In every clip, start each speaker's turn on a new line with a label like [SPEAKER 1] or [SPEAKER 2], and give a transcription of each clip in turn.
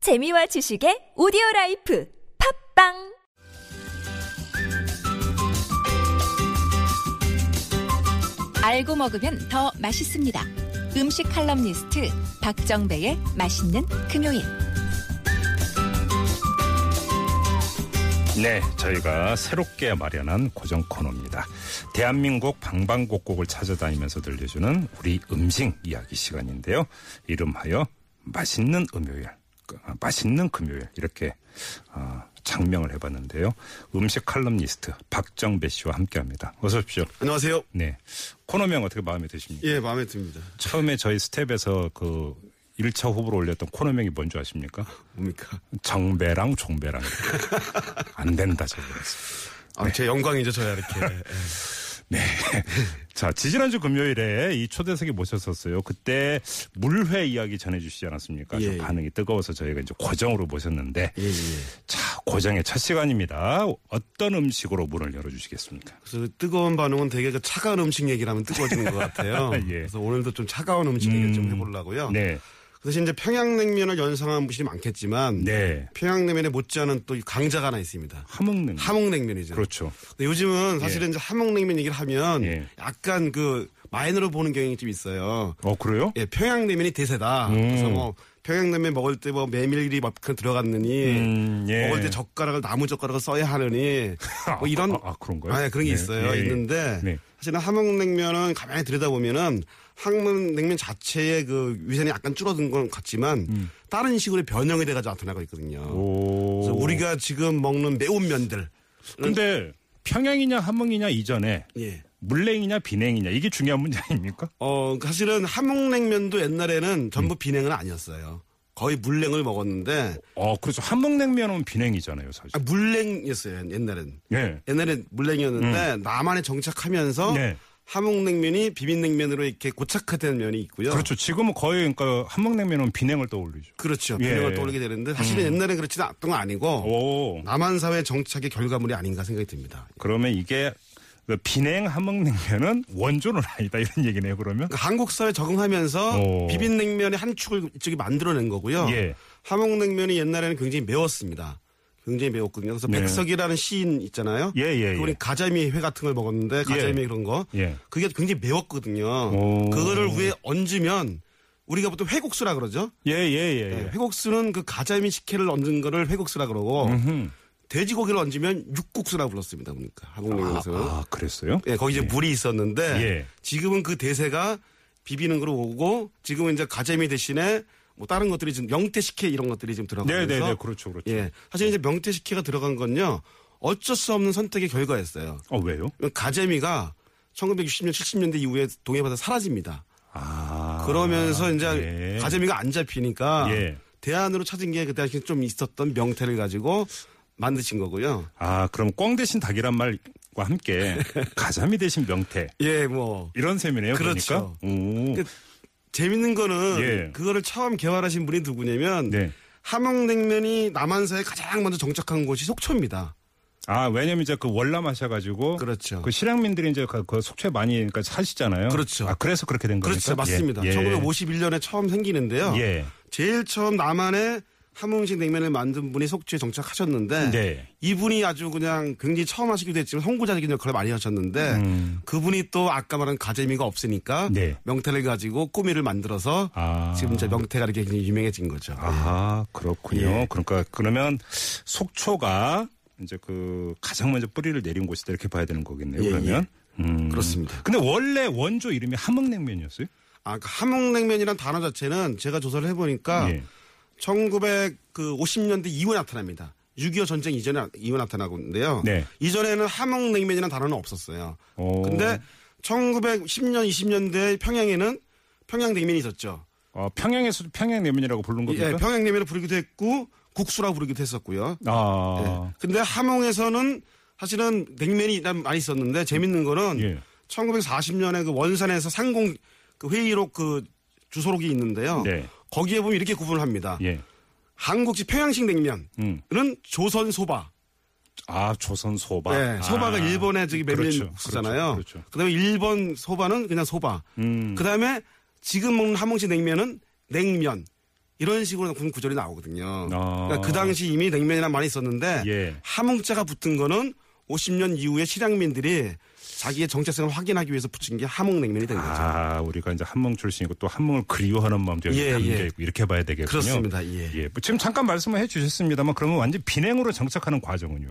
[SPEAKER 1] 재미와 지식의 오디오 라이프 팝빵
[SPEAKER 2] 알고 먹으면 더 맛있습니다. 음식 칼럼니스트 박정배의 맛있는 금요일.
[SPEAKER 3] 네, 저희가 새롭게 마련한 고정 코너입니다. 대한민국 방방곡곡을 찾아다니면서 들려주는 우리 음식 이야기 시간인데요. 이름하여 맛있는 음요일, 아, 맛있는 금요일 이렇게 아, 장명을 해봤는데요. 음식 칼럼니스트 박정배 씨와 함께합니다. 어서 오십시오.
[SPEAKER 4] 안녕하세요.
[SPEAKER 3] 네, 코너명 어떻게 마음에 드십니까?
[SPEAKER 4] 예, 마음에 듭니다.
[SPEAKER 3] 처음에 저희 스텝에서 그 1차 후보로 올렸던 코너명이 뭔지 아십니까?
[SPEAKER 4] 뭡니까?
[SPEAKER 3] 정배랑 종배랑 안 된다 저거.
[SPEAKER 4] 아, 제 영광이죠, 저야 이렇게. 예.
[SPEAKER 3] 자, 지지난주 금요일에 이 초대석에 모셨었어요. 그때 물회 이야기 전해주시지 않았습니까?
[SPEAKER 4] 예,
[SPEAKER 3] 좀
[SPEAKER 4] 예.
[SPEAKER 3] 반응이 뜨거워서 저희가 이제 고정으로 모셨는데,
[SPEAKER 4] 예, 예.
[SPEAKER 3] 자, 고정의 첫 시간입니다. 어떤 음식으로 문을 열어주시겠습니까?
[SPEAKER 4] 그래서 그 뜨거운 반응은 되게 그 차가운 음식 얘기를 하면 뜨거워지는 것 같아요.
[SPEAKER 3] 예.
[SPEAKER 4] 그래서 오늘도 좀 차가운 음식 얘기를 좀 해보려고요.
[SPEAKER 3] 네,
[SPEAKER 4] 그 대신 이제 평양냉면을 연상한 분이 많겠지만
[SPEAKER 3] 네,
[SPEAKER 4] 평양냉면에 못지않은 또 강자가 하나 있습니다.
[SPEAKER 3] 하먹는.
[SPEAKER 4] 함흥냉면이죠.
[SPEAKER 3] 그렇죠.
[SPEAKER 4] 근데 요즘은 사실은 이제 함흥냉면 얘기를 하면
[SPEAKER 3] 예.
[SPEAKER 4] 약간 그 마이너로 보는 경향이 좀 있어요.
[SPEAKER 3] 어, 그래요?
[SPEAKER 4] 예, 평양냉면이 대세다.
[SPEAKER 3] 음.
[SPEAKER 4] 그래서 뭐 평양냉면 먹을 때 뭐 메밀이 막 들어갔느니
[SPEAKER 3] 음, 예.
[SPEAKER 4] 먹을 때 젓가락을 나무 젓가락을 써야 하느니 뭐 이런
[SPEAKER 3] 아, 아, 그런가요?
[SPEAKER 4] 아, 예, 그런
[SPEAKER 3] 네,
[SPEAKER 4] 게 있어요.
[SPEAKER 3] 예, 예.
[SPEAKER 4] 있는데
[SPEAKER 3] 네.
[SPEAKER 4] 사실은 함흥냉면은 가만히 들여다보면은 함흥냉면 자체의 그 위생이 약간 줄어든 건 같지만 다른 식으로 변형이 돼가지고 나타나고 있거든요.
[SPEAKER 3] 음. 오.
[SPEAKER 4] 그래서 우리가 지금 먹는 매운 면들
[SPEAKER 3] 근데 평양이냐 하먹이냐 이전에
[SPEAKER 4] 예.
[SPEAKER 3] 물냉이냐 비냉이냐 이게 중요한 문제 아닙니까?
[SPEAKER 4] 어, 사실은 함흥냉면도 옛날에는
[SPEAKER 3] 음.
[SPEAKER 4] 전부 비냉은 아니었어요. 거의 물냉을 먹었는데
[SPEAKER 3] 어, 그렇죠. 함흥냉면은 비냉이잖아요, 사실.
[SPEAKER 4] 아, 물냉이었어요 옛날엔
[SPEAKER 3] 예. 음.
[SPEAKER 4] 옛날엔 물냉이었는데 남한에 정착하면서
[SPEAKER 3] 네.
[SPEAKER 4] 함흥냉면이 비빔냉면으로 이렇게 고착화된 면이 있고요.
[SPEAKER 3] 그렇죠. 지금은 거의 그러니까 함흥냉면은 비냉을 떠올리죠.
[SPEAKER 4] 그렇죠.
[SPEAKER 3] 예. 음.
[SPEAKER 4] 비빔을 떠올리게 되는데 사실은 옛날에 그렇지 않았던 건 아니고
[SPEAKER 3] 오.
[SPEAKER 4] 남한 사회 정착의 결과물이 아닌가 생각이 듭니다.
[SPEAKER 3] 그러면 이게 그 비냉 함흥냉면은 원조는 아니다 이런 얘기네요. 그러면
[SPEAKER 4] 그러니까 한국 사회 적응하면서
[SPEAKER 3] 오.
[SPEAKER 4] 비빔냉면의 한 축을 이쪽이 만들어낸 거고요.
[SPEAKER 3] 예.
[SPEAKER 4] 함흥냉면이 옛날에는 굉장히 매웠습니다. 굉장히 매웠거든요. 그래서
[SPEAKER 3] 네.
[SPEAKER 4] 백석이라는 시인 있잖아요.
[SPEAKER 3] 예, 예, 예.
[SPEAKER 4] 그분이 가자미 회 같은 걸 먹었는데 가자미
[SPEAKER 3] 예.
[SPEAKER 4] 그런 거.
[SPEAKER 3] 예.
[SPEAKER 4] 그게 굉장히 매웠거든요.
[SPEAKER 3] 오.
[SPEAKER 4] 그거를 위에 얹으면 우리가 보통 회국수라 그러죠.
[SPEAKER 3] 예예예.
[SPEAKER 4] 예, 회국수는 그 가자미 식혜를 얹은 거를 회국수라 그러고 돼지고기를 얹으면 육국수라 불렀습니다. 그러니까
[SPEAKER 3] 아,
[SPEAKER 4] 한국에서.
[SPEAKER 3] 아, 그랬어요?
[SPEAKER 4] 예, 거기 이제 물이 있었는데
[SPEAKER 3] 예.
[SPEAKER 4] 지금은 그 대세가 비비는 걸로 오고 지금은 이제 가재미 대신에 뭐 다른 것들이 지금 명태식혜 이런 것들이 지금 들어가면서
[SPEAKER 3] 네, 네, 네. 그렇죠, 그렇죠.
[SPEAKER 4] 예, 사실 이제 명태식혜가 들어간 건요 어쩔 수 없는 선택의 결과였어요.
[SPEAKER 3] 어 왜요?
[SPEAKER 4] 가재미가 1960년 70년대 이후에 동해바다 사라집니다.
[SPEAKER 3] 아.
[SPEAKER 4] 그러면서 이제
[SPEAKER 3] 네.
[SPEAKER 4] 가재미가 안 잡히니까
[SPEAKER 3] 예.
[SPEAKER 4] 대안으로 찾은 게 그때 당시 좀 있었던 명태를 가지고 만드신 거고요.
[SPEAKER 3] 아 그럼 꽝 대신 닭이란 말과 함께 가자미 대신 명태
[SPEAKER 4] 예, 뭐
[SPEAKER 3] 이런 셈이네요.
[SPEAKER 4] 그렇죠.
[SPEAKER 3] 그러니까? 오.
[SPEAKER 4] 그- 재밌는 거는
[SPEAKER 3] 예.
[SPEAKER 4] 그거를 처음 개발하신 분이 누구냐면
[SPEAKER 3] 네.
[SPEAKER 4] 함흥냉면이 남한사에 가장 먼저 정착한 곳이 속초입니다.
[SPEAKER 3] 아 왜냐면 이제 그 월남 하셔가지고
[SPEAKER 4] 그렇죠.
[SPEAKER 3] 그 실향민들이 이제 그, 그 속초에 많이 그러니까 사시잖아요.
[SPEAKER 4] 그렇죠.
[SPEAKER 3] 아 그래서 그렇게 된 거니까.
[SPEAKER 4] 그렇죠, 맞습니다.
[SPEAKER 3] 예, 예.
[SPEAKER 4] 1951년에 처음 생기는데요.
[SPEAKER 3] 예.
[SPEAKER 4] 제일 처음 남한에 함흥식 냉면을 만든 분이 속초에 정착하셨는데
[SPEAKER 3] 네.
[SPEAKER 4] 이분이 아주 그냥 굉장히 처음 하시기도 했지만 선구자적인 역할을 많이 하셨는데
[SPEAKER 3] 음.
[SPEAKER 4] 그분이 또 아까 말한 가재미가 없으니까
[SPEAKER 3] 네.
[SPEAKER 4] 명태를 가지고 꾸미를 만들어서
[SPEAKER 3] 아.
[SPEAKER 4] 지금 이제 명태가 이렇게 굉장히 유명해진 거죠.
[SPEAKER 3] 아 그렇군요.
[SPEAKER 4] 예.
[SPEAKER 3] 그러니까 그러면 속초가 이제 그 가장 먼저 뿌리를 내린 곳이다 이렇게 봐야 되는 거겠네요.
[SPEAKER 4] 예,
[SPEAKER 3] 그러면. 음.
[SPEAKER 4] 그렇습니다.
[SPEAKER 3] 근데 원래 원조 이름이 함흥냉면이었어요?
[SPEAKER 4] 아, 그 함흥냉면이란 단어 자체는 제가 조사를 해보니까
[SPEAKER 3] 예.
[SPEAKER 4] 1950년대 이후에 나타납니다. 6.25 전쟁 이전에 이후 나타나고 있는데요.
[SPEAKER 3] 네.
[SPEAKER 4] 이전에는 함흥냉면이라는 단어는 없었어요.
[SPEAKER 3] 오.
[SPEAKER 4] 근데 1910년, 20년대 평양에는 평양냉면이 있었죠.
[SPEAKER 3] 어, 평양에서 평양냉면이라고 부른 겁니까?
[SPEAKER 4] 예, 평양냉면을 부르기도 했고 국수라고 부르기도 했었고요.
[SPEAKER 3] 아.
[SPEAKER 4] 예. 근데 함흥에서는 사실은 냉면이 난 많이 있었는데 재밌는 거는
[SPEAKER 3] 예.
[SPEAKER 4] 1940년에 그 원산에서 상공 그 회의록 그 주소록이 있는데요.
[SPEAKER 3] 네.
[SPEAKER 4] 거기에 보면 이렇게 구분을 합니다.
[SPEAKER 3] 예.
[SPEAKER 4] 한국식 평양식 냉면은
[SPEAKER 3] 음.
[SPEAKER 4] 조선 소바.
[SPEAKER 3] 아 조선 소바.
[SPEAKER 4] 네, 소바가
[SPEAKER 3] 아.
[SPEAKER 4] 일본의 저기 메밀
[SPEAKER 3] 그렇죠,
[SPEAKER 4] 국수잖아요.
[SPEAKER 3] 그렇죠, 그렇죠.
[SPEAKER 4] 그다음에 일본 소바는 그냥 소바.
[SPEAKER 3] 음.
[SPEAKER 4] 그다음에 지금 먹는 함흥식 냉면은 냉면. 이런 식으로 보면 구절이 나오거든요.
[SPEAKER 3] 아.
[SPEAKER 4] 그러니까 그 당시 이미 냉면이란 말이 있었는데
[SPEAKER 3] 예.
[SPEAKER 4] 함흥자가 붙은 거는 50년 이후에 실향민들이 자기의 정체성을 확인하기 위해서 붙인 게 함흥냉면이 된 거죠.
[SPEAKER 3] 아, 우리가 이제 한몽 출신이고 또 한몽을 그리워하는 마음도 여기
[SPEAKER 4] 예,
[SPEAKER 3] 담겨
[SPEAKER 4] 예.
[SPEAKER 3] 있고 이렇게 봐야 되겠군요.
[SPEAKER 4] 그렇습니다. 예.
[SPEAKER 3] 예, 뭐 지금 잠깐 말씀을 해주셨습니다만 그러면 완전 비냉으로 정착하는 과정은요.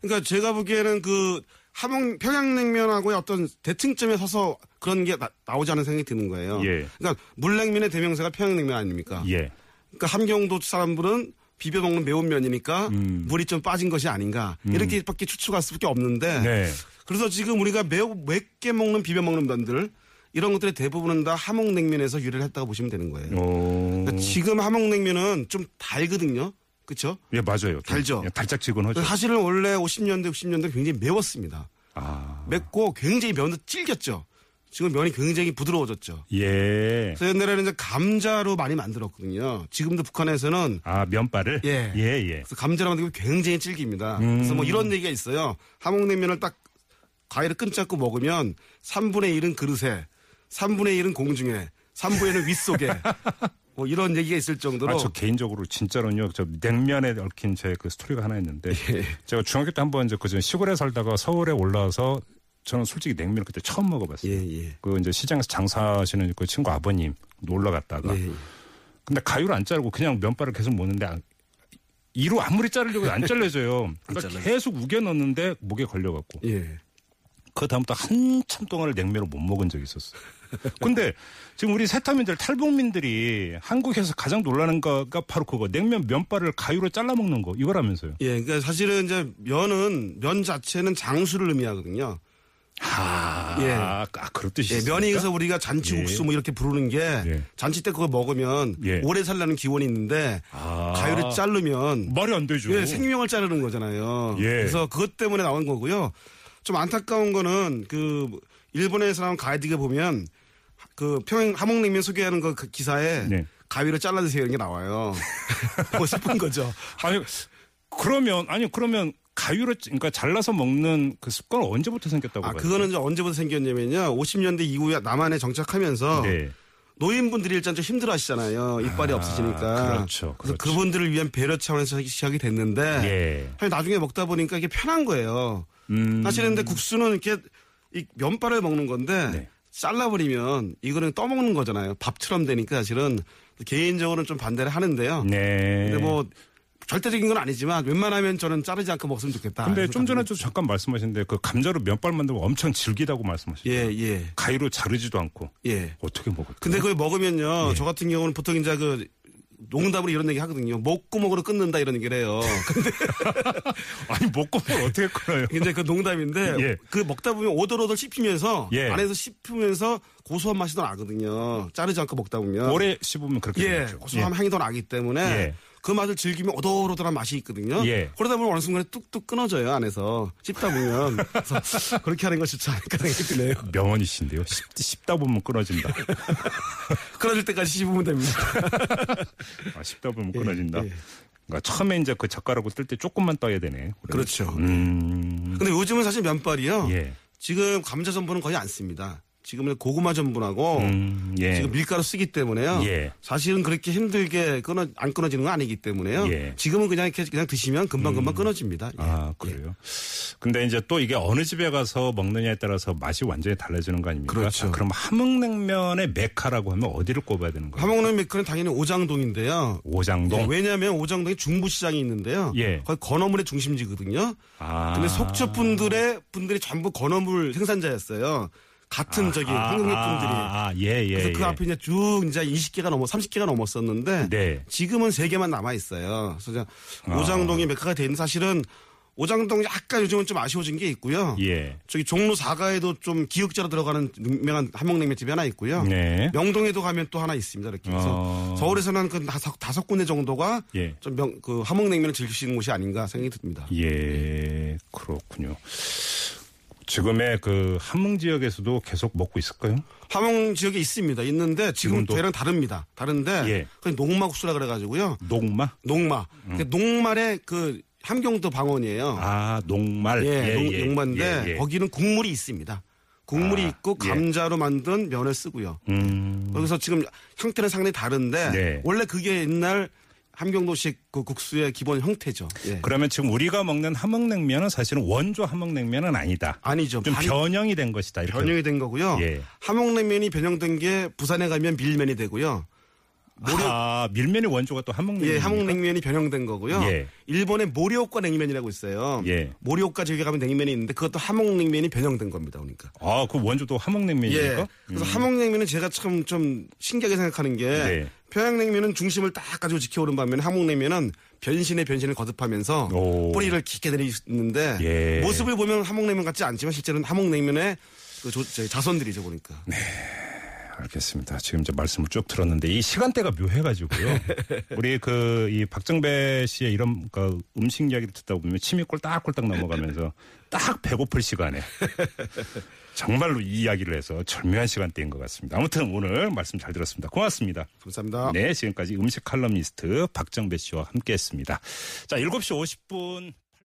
[SPEAKER 4] 그러니까 제가 보기에는 그 함흥 평양냉면하고의 어떤 대칭점에 서서 그런 게 나, 오지 않은 생각이 드는 거예요.
[SPEAKER 3] 예.
[SPEAKER 4] 그러니까 물냉면의 대명사가 평양냉면 아닙니까?
[SPEAKER 3] 예,
[SPEAKER 4] 그러니까 함경도 사람들은 비벼 먹는 매운 면이니까
[SPEAKER 3] 음.
[SPEAKER 4] 물이 좀 빠진 것이 아닌가 이렇게밖에 추측할 수밖에 없는데
[SPEAKER 3] 네.
[SPEAKER 4] 그래서 지금 우리가 매우 맵게 먹는 비벼 먹는 면들 이런 것들의 대부분은 다 함흥냉면에서 유래를 했다고 보시면 되는 거예요.
[SPEAKER 3] 어. 오,
[SPEAKER 4] 그러니까 지금 함흥냉면은 좀 달거든요. 그렇죠?
[SPEAKER 3] 예 맞아요. 좀
[SPEAKER 4] 달죠? 그
[SPEAKER 3] 예, 달짝지근하죠.
[SPEAKER 4] 사실은 원래 50년대 60년대 굉장히 매웠습니다.
[SPEAKER 3] 아,
[SPEAKER 4] 맵고 굉장히 면도 질겼죠. 지금 면이 굉장히 부드러워졌죠.
[SPEAKER 3] 예.
[SPEAKER 4] 그래서 옛날에는 이제 감자로 많이 만들었거든요. 지금도 북한에서는
[SPEAKER 3] 아 면발을
[SPEAKER 4] 예.
[SPEAKER 3] 예, 예. 음.
[SPEAKER 4] 그래서 감자로 만들면 굉장히 질깁니다. 그래서 뭐 이런 얘기가 있어요. 함흥냉면을 딱 과일을 끈잡고 먹으면 3분의 1은 그릇에, 3분의 1은 공중에, 3분의 1은 윗속에 뭐 이런 얘기가 있을 정도로
[SPEAKER 3] 아, 저 개인적으로 진짜로요. 저 냉면에 얽힌 제 그 스토리가 하나 있는데 제가 중학교 때 한번 이제 그전 시골에 살다가 서울에 올라와서 저는 솔직히 냉면을 그때 처음 먹어봤어요.
[SPEAKER 4] 예, 예.
[SPEAKER 3] 그 이제 시장에서 장사하시는 그 친구 아버님 놀러 갔다가
[SPEAKER 4] 예, 예.
[SPEAKER 3] 근데 가위로 안 자르고 그냥 면발을 계속 모는데 안- 이로 아무리 자르려고 해도 안 잘려져요. 그러니까 계속 우겨 넣는데 목에 걸려갖고
[SPEAKER 4] 예.
[SPEAKER 3] 그 다음부터 한참 동안을 냉면을 못 먹은 적이 있었어. 요 근데 지금 우리 세타민들 탈북민들이 한국에서 가장 놀라는 거가 바로 그거 냉면 면발을 가위로 잘라 먹는 거 이거라면서요.
[SPEAKER 4] 예, 그러니까 사실은 이제 면은 면 자체는 장수를 의미하거든요. 예.
[SPEAKER 3] 아, 아, 그럴 뜻이
[SPEAKER 4] 예,
[SPEAKER 3] 있어요.
[SPEAKER 4] 면이 그래서 우리가 잔치국수 뭐 이렇게 부르는 게
[SPEAKER 3] 예.
[SPEAKER 4] 잔치 때 그거 먹으면
[SPEAKER 3] 예. 아.
[SPEAKER 4] 오래 살라는 기원이 있는데 가위를 자르면
[SPEAKER 3] 말이 안 되죠.
[SPEAKER 4] 예, 생명을 자르는 거잖아요.
[SPEAKER 3] 뭐 예.
[SPEAKER 4] 그래서 그것 때문에 나온 거고요. 좀 안타까운 거는 그 일본에서 나온 가이드에 보면 그 평양 함흥냉면 소개하는 그 기사에
[SPEAKER 3] 네.
[SPEAKER 4] 가위로 잘라 드세요 이런 게 나와요. 보고 싶은 거죠.
[SPEAKER 3] 아니 그러면 아니 그러면 가위로 찌- 그러니까 잘라서 먹는 그 습관은 언제부터 생겼다고
[SPEAKER 4] 아,
[SPEAKER 3] 봐요?
[SPEAKER 4] 그거는 이제 언제부터 생겼냐면요. 50년대 이후에 남한에 정착하면서
[SPEAKER 3] 네.
[SPEAKER 4] 노인분들이 일단 좀 힘들어 하시잖아요. 이빨이
[SPEAKER 3] 아,
[SPEAKER 4] 없으시니까.
[SPEAKER 3] 그렇죠, 그렇죠.
[SPEAKER 4] 그래서 그분들을 위한 배려 차원에서 시작- 시작이 됐는데.
[SPEAKER 3] 예.
[SPEAKER 4] 사실 나중에 먹다 보니까 이게 편한 거예요.
[SPEAKER 3] 음.
[SPEAKER 4] 사실은 근데 국수는 이렇게 이 면발을 먹는 건데.
[SPEAKER 3] 네.
[SPEAKER 4] 잘라버리면 이거는 떠먹는 거잖아요. 밥처럼 되니까 사실은 개인적으로는 좀 반대를 하는데요.
[SPEAKER 3] 네.
[SPEAKER 4] 근데 뭐 절대적인 건 아니지만 웬만하면 저는 자르지 않고 먹으면 좋겠다.
[SPEAKER 3] 근데
[SPEAKER 4] 그래서
[SPEAKER 3] 좀 전에 도 잠깐 말씀하셨는데 그 감자로 면발 만들면 엄청 질기다고 말씀하셨어요.
[SPEAKER 4] 예, 예,
[SPEAKER 3] 가위로 자르지도 않고
[SPEAKER 4] 예.
[SPEAKER 3] 어떻게 먹을까?
[SPEAKER 4] 근데 그걸
[SPEAKER 3] 네.
[SPEAKER 4] 먹으면요. 저 같은 경우는 보통 이제 그 농담으로 이런 얘기 하거든요. 목구멍으로 끊는다 이런 얘기를 해요. 근데
[SPEAKER 3] 아니 먹고 뭘 어떻게 끊어요?
[SPEAKER 4] 이제 그 농담인데
[SPEAKER 3] 예.
[SPEAKER 4] 그 먹다 보면 오돌오돌 씹히면서
[SPEAKER 3] 예.
[SPEAKER 4] 안에서 씹히면서 고소한 맛이 더 나거든요. 자르지 않고 먹다 보면.
[SPEAKER 3] 오래 씹으면 그렇게
[SPEAKER 4] 예,
[SPEAKER 3] 되죠.
[SPEAKER 4] 고소한 향이 더 나기 때문에
[SPEAKER 3] 예.
[SPEAKER 4] 그 맛을 즐기면 오돌오돌한 맛이 있거든요.
[SPEAKER 3] 예.
[SPEAKER 4] 그러다 보면 어느 순간에 뚝뚝 끊어져요 안에서 씹다 보면. 그래서 그렇게 하는 거 좋지 않을까 생각이 드네요.
[SPEAKER 3] 음. 명언이신데요. 씹, 씹다 보면 끊어진다.
[SPEAKER 4] 끊어질 때까지 씹으면 됩니다.
[SPEAKER 3] 아, 씹다 보면 끊어진다.
[SPEAKER 4] 예.
[SPEAKER 3] 그러니까 처음에 이제 그 젓가락으로 뜰 때 조금만 떠야 되네. 그러면.
[SPEAKER 4] 그렇죠.
[SPEAKER 3] 음.
[SPEAKER 4] 근데 요즘은 사실 면발이요.
[SPEAKER 3] 예.
[SPEAKER 4] 지금 감자 전분은 거의 안 씁니다. 지금은 고구마 전분하고
[SPEAKER 3] 음, 예.
[SPEAKER 4] 지금 밀가루 쓰기 때문에요.
[SPEAKER 3] 예.
[SPEAKER 4] 사실은 그렇게 힘들게 끊어 안 끊어지는 건 아니기 때문에요.
[SPEAKER 3] 예. 음.
[SPEAKER 4] 지금은 그냥 이렇게 그냥 드시면 금방 금방 끊어집니다. 예.
[SPEAKER 3] 아, 그래요? 근데 이제 또 이게 어느 집에 가서 먹느냐에 따라서 맛이 완전히 달라지는 거 아닙니까?
[SPEAKER 4] 그렇죠.
[SPEAKER 3] 아, 그럼 함흥냉면의 메카라고 하면 어디를 꼽아야 되는 거예요?
[SPEAKER 4] 하몽농 메카는 당연히 오장동인데요.
[SPEAKER 3] 오장동.
[SPEAKER 4] 예, 왜냐하면 오장동이 중부시장이 있는데요.
[SPEAKER 3] 네. 예.
[SPEAKER 4] 거의 건어물의 중심지거든요.
[SPEAKER 3] 아.
[SPEAKER 4] 근데 속초 분들의 분들이 전부 건어물 생산자였어요. 같은 저기 한국의 분들이.
[SPEAKER 3] 아, 아, 예, 예.
[SPEAKER 4] 그래서 그
[SPEAKER 3] 예.
[SPEAKER 4] 앞에 이제 쭉 이제 20개가 넘어 30개가 넘었었는데
[SPEAKER 3] 네. 아.
[SPEAKER 4] 지금은 3개만 남아 있어요. 그래서 이제 오장동이 메카가 되 있는 사실은 오장동 약간 요즘은 좀 아쉬워진 게 있고요.
[SPEAKER 3] 예.
[SPEAKER 4] 저기 종로 4가에도 좀 기역자로 들어가는 유명한 함흥냉면집이 하나 있고요.
[SPEAKER 3] 네.
[SPEAKER 4] 명동에도 가면 또 하나 있습니다. 이렇게 그래서
[SPEAKER 3] 어.
[SPEAKER 4] 서울에서는 그 다섯, 다섯 군데 정도가
[SPEAKER 3] 예.
[SPEAKER 4] 좀 명, 그 함흥냉면을 즐기시는 곳이 아닌가 생각이 듭니다.
[SPEAKER 3] 예, 그렇군요. 지금의 그 함흥 지역에서도 계속 먹고 있을까요?
[SPEAKER 4] 함흥 지역에 있습니다. 있는데 지금
[SPEAKER 3] 지금도?
[SPEAKER 4] 되랑 다릅니다. 다른데
[SPEAKER 3] 예.
[SPEAKER 4] 그냥 농마국수라 그래가지고요.
[SPEAKER 3] 농마?
[SPEAKER 4] 농마. 그 농말의 그 함경도 방언이에요.
[SPEAKER 3] 음. 아, 농말.
[SPEAKER 4] 예,
[SPEAKER 3] 예,
[SPEAKER 4] 농,
[SPEAKER 3] 예,
[SPEAKER 4] 농마인데
[SPEAKER 3] 예, 예.
[SPEAKER 4] 거기는 국물이 있습니다. 국물이
[SPEAKER 3] 아,
[SPEAKER 4] 있고
[SPEAKER 3] 예.
[SPEAKER 4] 감자로 만든 면을 쓰고요.
[SPEAKER 3] 음.
[SPEAKER 4] 여기서 지금 형태는 상당히 다른데
[SPEAKER 3] 네.
[SPEAKER 4] 원래 그게 옛날 함경도식 그 국수의 기본 형태죠. 예.
[SPEAKER 3] 그러면 지금 우리가 먹는 함흥냉면은 사실은 원조 함흥냉면은 아니다.
[SPEAKER 4] 아니죠.
[SPEAKER 3] 좀
[SPEAKER 4] 반-
[SPEAKER 3] 변형이 된 것이다. 이렇게.
[SPEAKER 4] 변형이 된 거고요.
[SPEAKER 3] 예.
[SPEAKER 4] 함흥냉면이 변형된 게 부산에 가면 밀면이 되고요.
[SPEAKER 3] 아, 밀면의 원조가 또 함흥냉면.
[SPEAKER 4] 예, 함흥냉면이 변형된 거고요.
[SPEAKER 3] 음. 예.
[SPEAKER 4] 일본의 모리오카 냉면이라고 있어요.
[SPEAKER 3] 예.
[SPEAKER 4] 모리오카 지역에 가면 냉면이 있는데 그것도 함흥냉면이 변형된 겁니다. 그러니까.
[SPEAKER 3] 아, 그 원조도
[SPEAKER 4] 예.
[SPEAKER 3] 함흥냉면입니까? 음.
[SPEAKER 4] 그래서 함흥냉면은 제가 참 좀 신기하게 생각하는 게
[SPEAKER 3] 네.
[SPEAKER 4] 평양냉면은 중심을 딱 가지고 지켜오는 반면에 함흥냉면은 변신의 변신을 거듭하면서
[SPEAKER 3] 오.
[SPEAKER 4] 뿌리를 깊게 내리는데
[SPEAKER 3] 예.
[SPEAKER 4] 모습을 보면 함흥냉면 같지 않지만 실제로는 함흥냉면의 그 조- 저- 자손들이죠 보니까.
[SPEAKER 3] 네. 알겠습니다. 지금 이제 말씀을 쭉 들었는데 이 시간대가 묘해가지고요. 우리 그 이 박정배 씨의 이런 그 음식 이야기를 듣다 보면 침이 꼴딱꼴딱 넘어가면서 딱 배고플 시간에 정말로 이 이야기를 해서 절묘한 시간대인 것 같습니다. 아무튼 오늘 말씀 잘 들었습니다. 고맙습니다.
[SPEAKER 4] 감사합니다.
[SPEAKER 3] 네, 지금까지 음식 칼럼니스트 박정배 씨와 함께했습니다. 자, 7시 50분.